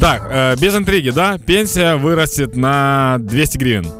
Так, э, без интриги, да? Пенсія виросте на 200 гривень.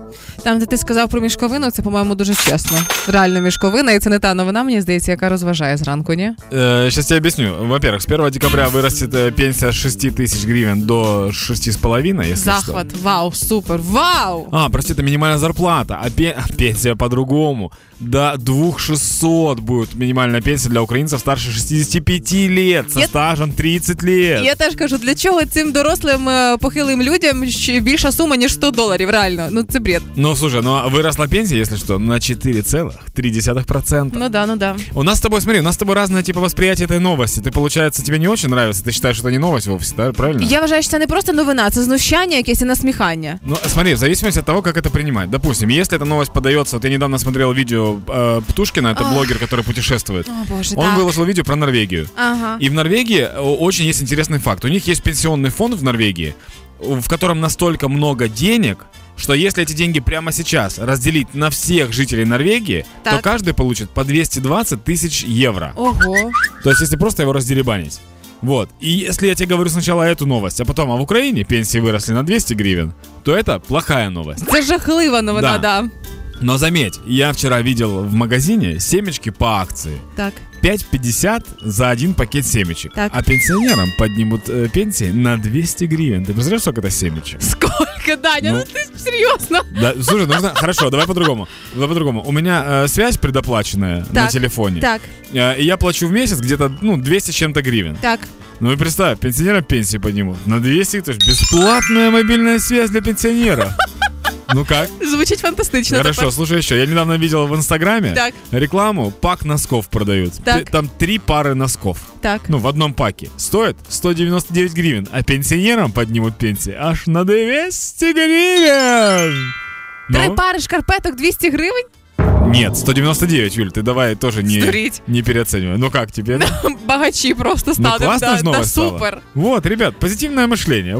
Там, де ти сказав про мішковину, це, по-моєму, дуже чесно. Реально мішковина, і це не та новина, мені здається, яка розважає зранку, ні? Э, сейчас я объясню. Во-первых, с 1 декабря вырастет э, пенсия с 6 тысяч гривен до 6,5, если Захват, вау, супер, вау! что. А, прости, это минимальная зарплата, а пе- а пенсия по-другому. До 2600 будет минимальная пенсия для украинцев старше 65 лет, со Я- стажем 30 лет. Я теж кажу, для чого цим дорослим е, похилим людям ще більша сума, ніж 100 доларів, реально. Ну це бред. Ну, слушай, ну выросла пенсия, если что, на 4,3%. Ну да, ну да. У нас с тобой, смотри, у нас с тобой разное типа восприятие этой новости. Ты, получается, тебе не очень нравится, ты считаешь, что это не новость вовсе, да? Правильно? Я вважаю, що це не просто новина, це знущання якесь і насміхання. Ну, смотри, в зависимости от того, как это принимать. Допустим, если эта новость подается, вот я недавно смотрел видео э, Птушкина, это Ах. блогер, который путешествует. О боже, Он так. выложил видео про Норвегию. Ага. И в Норвегии о, очень есть интересный факт. У них есть пенсионный фонд в Норвегии, в котором настолько много денег, что если эти деньги прямо сейчас разделить на всех жителей Норвегии, то Так. каждый получит по 220 тысяч евро. Ого. То есть, если просто его разделебанить. Вот. И если я тебе говорю сначала эту новость, а потом, а в Украине пенсии выросли на 200 гривен, то это плохая новость. Це жахлива новина, Да. да. Но заметь, я вчера видел в магазине семечки по акции. Так. 5,50 за один пакет семечек. Так. А пенсионерам поднимут э, пенсии на 200 гривен. Ты представляешь, сколько это семечек? Сколько, Даня, ну, Ну. ти серйозно? Да, слушай, нужно... Хорошо, давай по-другому. Давай по-другому. У меня э, связь предоплаченная на Так, телефоне. Так, Э, и я плачу в месяц где-то, ну, 200 с чем-то гривен. так. Ну и представь, пенсионера пенсии поднимут на 200, то есть бесплатная мобильная связь для пенсионера. Ну как? Звучить фантастично. Хорошо, слушай еще. Я недавно видел в Инстаграме Так. рекламу, пак носков продают. Так. Т- Там три пары носков. Так. Ну, в одном паке. Стоит 199 гривен, а пенсионерам поднимут пенсии аж на 200 гривен. Три Ну? пари шкарпеток 200 гривень? Нет, 199, Юль, ты давай тоже не, Сдурить. не переоценивай. Ну как тебе? Багачі просто стали. классно да, Ну, ж да, новость стала. супер. Вот, ребят, позитивное мышление.